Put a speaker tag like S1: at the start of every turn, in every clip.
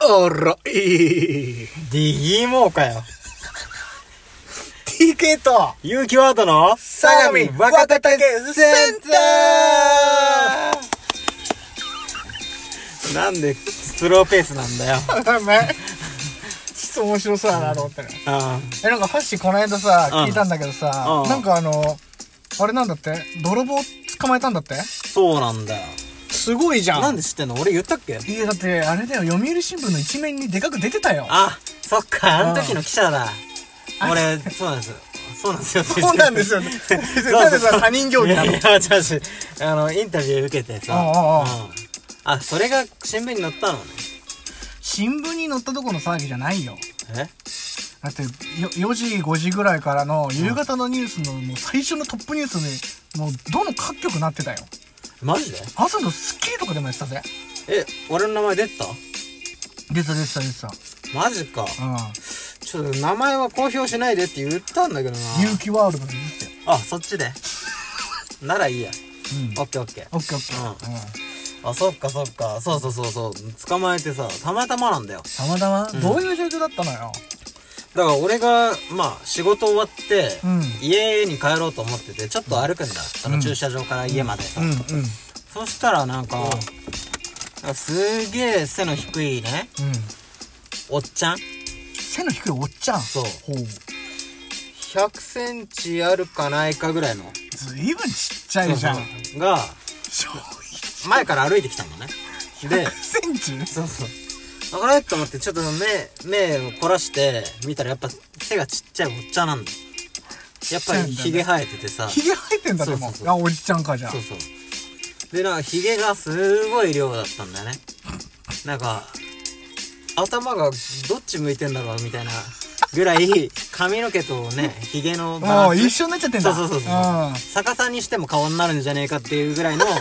S1: おろい。
S2: ィギモーかよ。
S1: TK と、
S2: 有機ワードの
S1: 相模若手竹センタ
S2: ーなんでスローペースなんだよ。
S1: ーダメ。ちょっと面白そうだなと思ってね。
S2: あ
S1: え、なんかハッシーこの間さ、
S2: うん
S1: 聞いたんだけどさ
S2: う、ん
S1: なんかあの、あれなんだって泥棒捕まえたんだって
S2: そうなんだよ。
S1: すごいじゃ
S2: なん
S1: ん。
S2: で知ってんの俺言ったっけ
S1: いや、だって、あれだよ、読売新聞の一面にでかく出てたよ。
S2: あ、そっか、あの時の記者だ。
S1: うん
S2: 俺、そうなんです。そうなんですよ。
S1: そうなんですよ。 なんでさ、他人行儀なの
S2: いやいや違う違うあの、インタビュー受けてさ。
S1: ああああ
S2: うんあ、それが新聞に載ったのね。
S1: 新聞に載ったとこの騒ぎじゃないよ。
S2: え
S1: だってよ4時5時ぐらいからの夕方のニュースのもう最初のトップニュースにもうどの各局なってたよ
S2: マジで
S1: 朝の『スッキリ』とかでもやってたぜ
S2: え、俺の名前出てた
S1: 出てた出てた出てた
S2: マジか。
S1: う
S2: ちょっと名前は公表しないでって言ったんだけどな。
S1: ん勇気ワールドで出てた
S2: あ、
S1: よ
S2: そっちで。ならいいや。
S1: うん
S2: オッケーオッケー。
S1: オッケーオッケー、
S2: う
S1: うん、
S2: あ、そっかそっか。そうそうそうそう。捕まえてさ、たまたまなんだよ。
S1: たまたま、どういう状況だったのよ
S2: だから俺が、まあ、仕事終わって、
S1: うん
S2: 家に帰ろうと思ってて、ちょっと歩くんだ。その駐車場から家までさ。
S1: うんうん
S2: そしたらなんか、なんかすげえ背の低いね、
S1: うん
S2: おっちゃん。
S1: 背の低いおっちゃん
S2: そう
S1: ほう
S2: 100センチあるかないかぐらいの。
S1: ずいぶんちっちゃいじゃん
S2: が、
S1: 小
S2: 前から歩いてきたの ね。で、
S1: センチ
S2: そうそう。あれと思って、ちょっと目、目を凝らして、見たらやっぱ背がちっちゃいおっちゃんなんだよ。やっぱり髭生えててさ。
S1: ひげ生えてんだでも
S2: そうそうそう
S1: あおじちゃんかじゃん
S2: そうそう。で、なんか髭がすごい量だったんだよね。なんか、頭がどっち向いてんだろうみたいなぐらい、髪の毛と ね、髭のバ
S1: も
S2: ラ
S1: う
S2: ンス
S1: 一緒になっちゃってんだ
S2: そうそうそうそう、
S1: ん
S2: 逆さにしても顔になるんじゃねえかっていうぐらい のおっ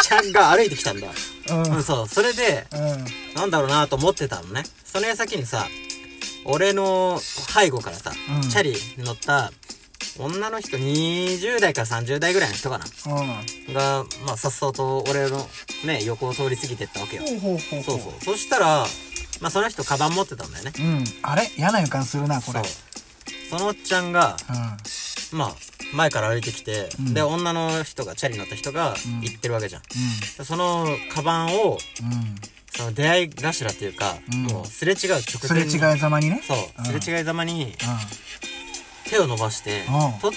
S2: ちゃんが歩いてきたんだ、
S1: う
S2: う
S1: ん
S2: ん、そうそれで
S1: うん
S2: なんだろうなと思ってたのねその矢先にさ俺の背後からさ、
S1: うん
S2: チャリに乗った女の人20代から30代ぐらいの人かな
S1: うん
S2: がまあさっそうと俺のね横を通り過ぎてったわけよ
S1: ほうほうほうほう
S2: そうそうそしたらまあその人カバン持ってたんだよね
S1: うんあれ嫌な予感するなこれ
S2: そうそのおっちゃんが
S1: う
S2: まあ前から歩いてきて、
S1: うん
S2: で女の人がチャリ乗った人が
S1: うん
S2: 行ってるわけじゃん、そのカバンを
S1: んうんうん
S2: その出会い頭っていうか、
S1: うん
S2: もうすれ違う直
S1: すれ
S2: 前に
S1: 違いざまにね
S2: そう
S1: うん
S2: すれ違いざまに
S1: うん
S2: 手を伸ばして、
S1: うん
S2: と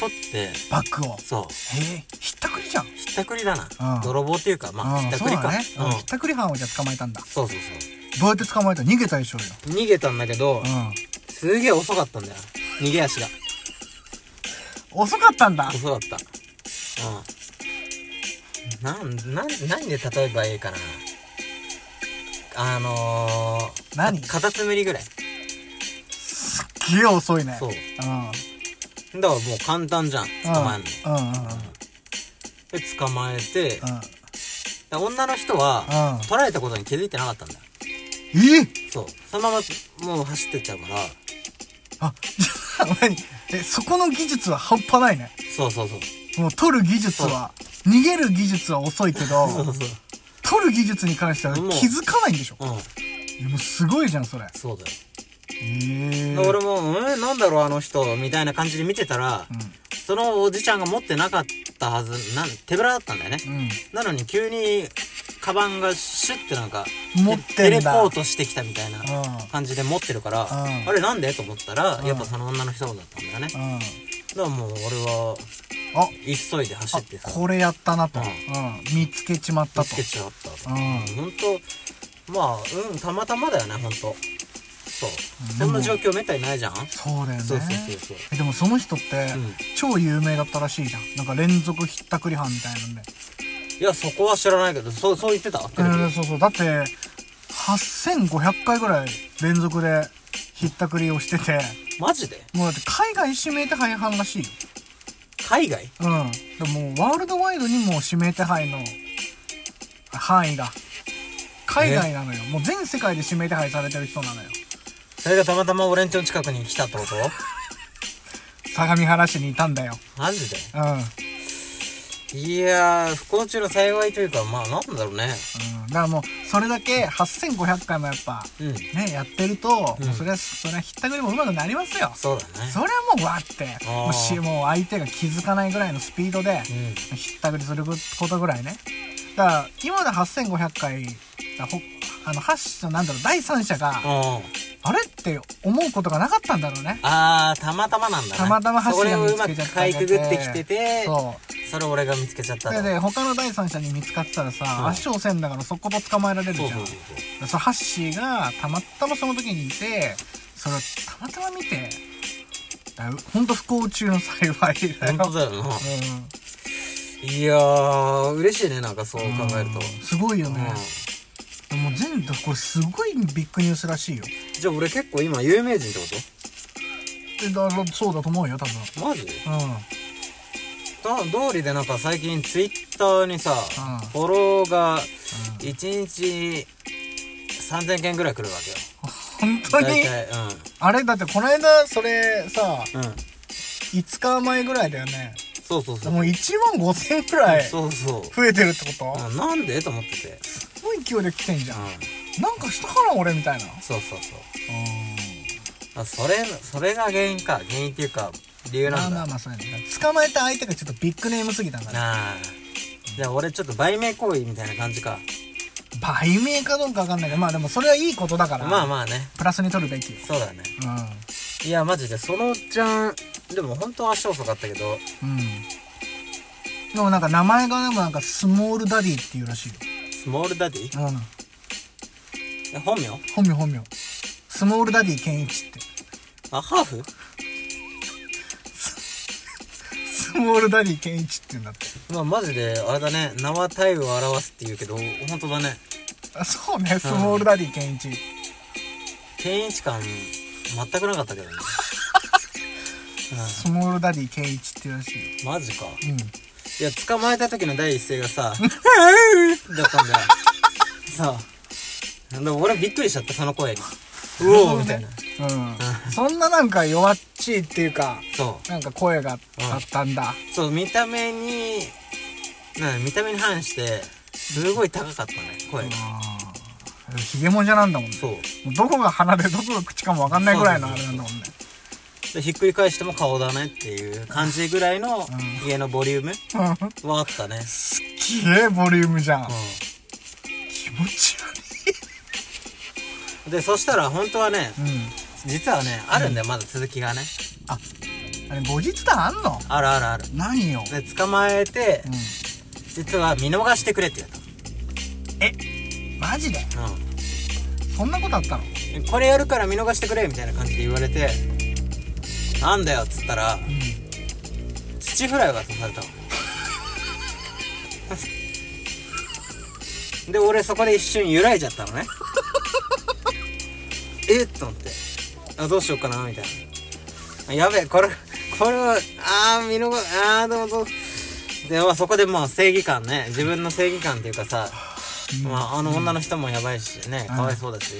S2: 取って
S1: バッグを
S2: そう
S1: へえひったくりじゃん
S2: ひったくりだな、
S1: うん
S2: 泥棒っていうかまあ、
S1: う
S2: ひ
S1: ん
S2: った
S1: そう
S2: くりか
S1: だね
S2: うん
S1: うんひったくり犯をじゃあ捕まえたんだ
S2: そうそうそう
S1: どうやって捕まえた逃げたでしょうよ
S2: 逃げたんだけど、
S1: うん
S2: すげえ遅かったんだよ逃げ足が
S1: 遅かったんだ
S2: 遅かったうんなんなん何で例えばいいかなあのー、
S1: 何
S2: カタツムリぐらい
S1: すっげえ遅いね
S2: そう
S1: うん
S2: だからもう簡単じゃん捕まえるの、
S1: うんうんうんうん
S2: で捕まえて、で女の人は、
S1: うん
S2: 捕らえたことに気づいてなかったんだよ
S1: え
S2: そうそのままもう走ってっちゃうから
S1: あ じゃあ何えそこの技術は半端ないね
S2: そうそうそう
S1: もう取る技術は逃げる技術は遅いけど
S2: そうそう
S1: 取る技術に関しては気づかないんでしょ
S2: うん
S1: でもすごいじゃんそれ
S2: そうだよ、
S1: ええ
S2: で俺も「うんなんだろうあの人」みたいな感じで見てたら、そのおじちゃんが持ってなかったはずなん手ぶらだったんだよね、
S1: うん
S2: なのに急にカバンがシュッてなんか
S1: 持ってんだ
S2: テレポートしてきたみたいな
S1: うん
S2: 感じで持ってるから、
S1: うん
S2: あれなんでと思ったら、
S1: うん
S2: やっぱその女の人だったんだよね、だか
S1: うん
S2: らもう俺は
S1: あ
S2: 急いで走
S1: あ
S2: ってさ
S1: これやったなと、
S2: う
S1: うんん見つけちまった
S2: 見つ
S1: と
S2: けちゃったと、
S1: うん
S2: ほんとまあうんたまたまだよねほんとそう
S1: で
S2: そ
S1: も
S2: んな状況めったにないじゃん、
S1: そうだよね
S2: そうそうそうそう
S1: えでもその人って、
S2: うん
S1: 超有名だったらしいじゃんなんか連続ひったくり犯みたいなんで、
S2: いやそこは知らないけどそうそう言ってたテレビ
S1: えーそうそうだって8500回ぐらい連続でひったくりをしてて
S2: マジで
S1: もうだって海外指名手配犯らしいよ
S2: 海外
S1: うん。でももうワールドワイドにもう指名手配の範囲が。海外なのよ。もう全世界で指名手配されてる人なのよ。
S2: それがたまたま俺んちの近くに来たってこと
S1: 相模原市にいたんだよ。
S2: マジで
S1: うん。
S2: いやー、不幸中の幸いというか、まあなんだろうね。
S1: うん、だからもうそれだけ8500回もやっぱ
S2: うん。
S1: ねやってると、
S2: うん
S1: もうそれはそれはひったくりも上手くなりますよ
S2: そうだね。
S1: それはもうわーって
S2: あー
S1: もうしもう相手が気づかないぐらいのスピードで
S2: うん。
S1: ひったくりすることぐらいねだから今まで8500回だほあのハッシュなんだろう第三者が
S2: うん。
S1: あれって思うことがなかったんだろうね
S2: あー、たまたまなんだね。
S1: たまたまハッシ
S2: そ
S1: ュ
S2: れを
S1: が見
S2: う
S1: つ
S2: ま
S1: け
S2: く
S1: ちゃった
S2: かいくぐってきてて、
S1: そう
S2: それを俺が見つけちゃったと。
S1: でで他の第三者に見つかってたらさ、
S2: うん
S1: 圧勝せんだからそこと捕まえられるじゃ
S2: そ
S1: ん
S2: うそうそうそ。
S1: そうハッシーがたまたまその時にいてそれをたまたま見てだほんと不幸中の幸いうだよ
S2: 本当だよな。
S1: うん
S2: いやー、嬉しいね、なんかそう考えると。
S1: うんすごいよ
S2: うん
S1: ね、もう全部これすごいビッグニュースらしいよ
S2: じゃあ俺結構今有名人ってこ
S1: えだからそうだと思うよ多分
S2: とマジで
S1: うん
S2: 道理でなんか最近ツイッターにさ、
S1: うん
S2: フォローが1日3000件ぐらい来るわけよ。
S1: 本当
S2: 大
S1: に
S2: 体、
S1: あれだってこの間それさ
S2: うん。うん。
S1: 5日前ぐらいだよね
S2: そうそうそう。
S1: もう1万5千くらい
S2: そうそう。
S1: 増えてるってこと
S2: うんなんでと思ってて。
S1: すごい勢いで来てんじゃん、
S2: う。
S1: なんかしたかな俺みたいなん
S2: そうそうそう。あそれそれが原因か原因っていうか理由
S1: ま
S2: な
S1: あ
S2: んだ
S1: まあまあそうやね捕まえた相手がちょっとビッグネームすぎたんだね
S2: なあじゃあ俺ちょっと売名行為みたいな感じか
S1: 売名かどうかわかんないけどまあでもそれはいいことだから
S2: まあまあね
S1: プラスに取るべきよ
S2: そうだね
S1: うん
S2: いやマジでそのおっちゃんでも本当は足遅かったけど
S1: うんでもなんか名前がでもなんかスモールダディっていうらしい
S2: スモールダディ
S1: ようん
S2: え本名
S1: 本名本名スモールダディ健一って
S2: あハーフ
S1: スモールダディ健一って言うんだって
S2: まあマジであれだね名は体を表すって言うけど本当だね
S1: あそうねスモールダディ健一、
S2: 天一感全くなかったけどね
S1: スモールダディ健一っていうらしいよ
S2: マジか
S1: うん
S2: いや捕まえた時の第一声がさ「だったんだよさあでも俺びっくりしちゃったその声に「う おー」みたいな
S1: うんそんななんか弱っちいっていうか
S2: そ
S1: なんか声があったんだ、
S2: うそう見た目になんだ見た目に反してすごい高かったね声が
S1: うんヒゲもんじゃなんだもんね
S2: そう
S1: もうどこが鼻でどこが口かもわかんないぐらいのあれなんだもんね
S2: でひっくり返しても顔だねっていう感じぐらいの
S1: ん
S2: 家のボリューム
S1: うん
S2: はあったね
S1: すっげえボリュームじゃん、
S2: う
S1: 気持ち
S2: んでそしたら本当はね
S1: 悪いうん
S2: 実はねあるんだよまだ続きがね
S1: あれ後日談あんの
S2: あるあるある
S1: ないよ、
S2: で捕まえて
S1: うん、
S2: 実は見逃してくれって言っ
S1: マジで
S2: たうん
S1: そんなことあったの
S2: これやるから見逃してくれみたいな感じで言われてなんだよっつったら
S1: うん
S2: 土フライが刺されたの で俺そこで一瞬揺らいじゃったのね えっと思ってあどうしようかなみたいなやべえこれこれはあー見逃あーどうぞでまあそこでまあ正義感ね自分の正義感っていうかさ、まあ、あの女の人もやばいしね、
S1: うん
S2: かわいそうだし、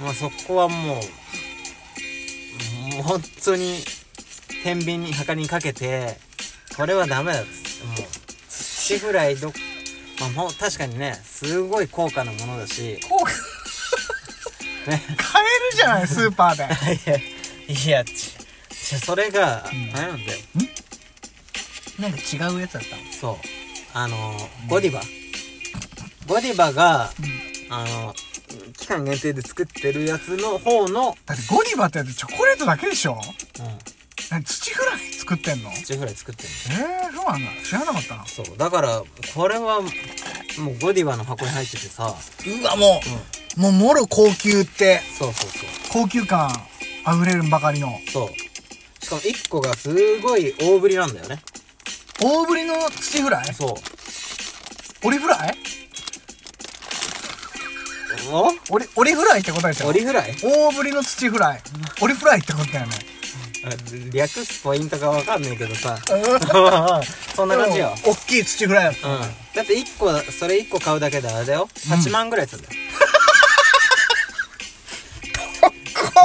S2: まあ、そこはもう、もう本当に、天秤に、墓にかけて、これはダメだっつって、もう、土フライど、まあ、もう確かにね、すごい高価なものだし、
S1: こう
S2: ね、
S1: 買えるじゃないスーパーで
S2: いや、いや、ち、ちそれが、あれなんだよ、
S1: なんか違うやつだったの
S2: そう、あの、ゴディバ。ゴディバが、あの、期間限定で作ってるやつの方の、
S1: だってゴディバってやつチョコレートだけでしょ
S2: うん、
S1: 何土フライ作ってんの
S2: 土フライ作ってる。
S1: えー、そうなんだ知らなかったな
S2: そうだからこれはもうゴディバの箱に入っててさ
S1: うわもう、もうもろ高級って
S2: そうそうそ
S1: 高級感あふれるばかりの
S2: うそうしかも1個がすごい大ぶりなんだよね
S1: 大ぶりの土フライ
S2: そう
S1: オリフライ
S2: お
S1: オリオリフライってことでしょ
S2: 折りぐらい
S1: 大ぶりの土フライオリフライってことだよね
S2: 略すポイントがわかんないけどさ そんな感じよ
S1: でも大きい土フライだっ
S2: う
S1: た
S2: んだって1個それ1個買うだけであれだよ8万ぐらいす るんだよ、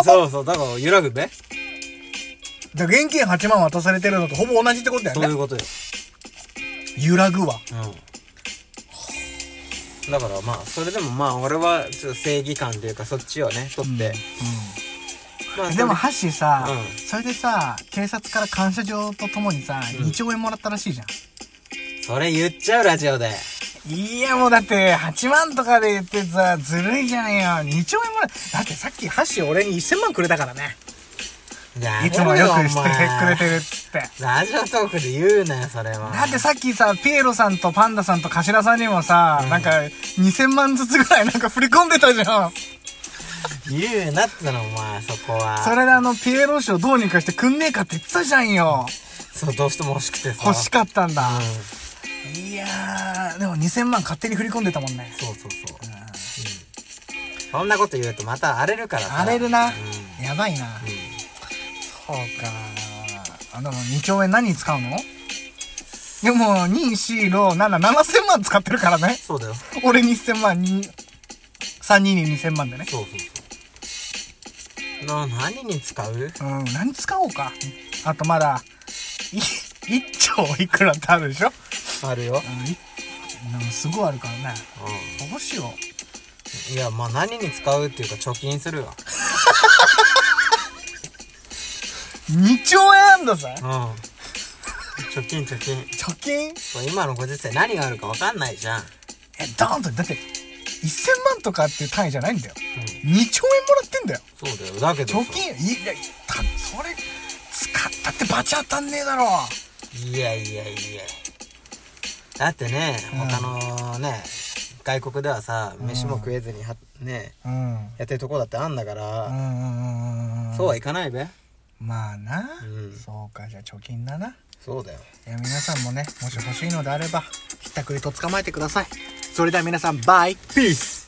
S2: そうそうだから揺らぐべ
S1: じゃあ現金8万渡されてるのとほぼ同じってことだ
S2: そ
S1: よ
S2: うい
S1: ね
S2: うことよ
S1: 揺らぐわ
S2: うんだからまあそれでもまあ俺はちょっと正義感というかそっちをね取って、まあ
S1: でもハッシーさ、
S2: うん
S1: それでさ警察から感謝状とともにさ、
S2: うん
S1: 2兆円もらったらしいじゃん
S2: それ言っちゃうラジオで
S1: いやもうだって8万とかで言ってさずるいじゃんよ2兆円もらうだってさっきハッシー俺に1000万くれたからね
S2: やめ
S1: い
S2: ろ
S1: つもよくして
S2: お前
S1: くれてるっつって
S2: ラジオトークで言うなよそれは
S1: だってさっきさピエロさんとパンダさんと頭さんにもさ、なんか2000万ずつぐらいなんか振り込んでたじゃん
S2: 言うなってのお前そこは
S1: それであのピエロ賞どうにかしてくんねえかって言ってたじゃんよ
S2: そうどうしても欲しくてさ
S1: 欲しかったんだ、
S2: うん
S1: いやーでも2000万勝手に振り込んでたもんね
S2: そうそうそう、うんそんなこと言うとまた荒れるからさ
S1: 荒れるな、
S2: うん
S1: やばいな、そうかあでも2兆円何に使うのでも24677000万使ってるからね
S2: そうだよ
S1: 俺2000万に3人に2000万でね
S2: そうそうそうな何に使う
S1: うん何使おうかあとまだい1兆いくらってあるでしょ、
S2: あるよ、
S1: うんい、なんかすごいあるからね
S2: う
S1: どうしよ
S2: ん、いやまあ何に使うっていうか貯金するわ
S1: う2兆円あんだぜ
S2: うん貯金貯金
S1: 貯金
S2: これ今のご時世何があるか分かんないじゃん、
S1: えドーンとだって1000万とかっていう単位じゃないんだよ
S2: うん
S1: 2兆円もらってんだよ
S2: そうだよだけどさ
S1: 貯金いやいやたそれ使ったってバチ当たんねえだろ
S2: いやいやいやだってね
S1: うん
S2: 他のね、外国ではさ飯も食えずには、ね
S1: うんうん
S2: やってるとこだってあんだから、
S1: うんうん
S2: そうはいかないべ
S1: まあな、
S2: うん
S1: そうかじゃあ貯金だな
S2: そうだよ
S1: いや皆さんもねもし欲しいのであればひったくりと捕まえてくださいそれでは皆さんバイ
S2: ピース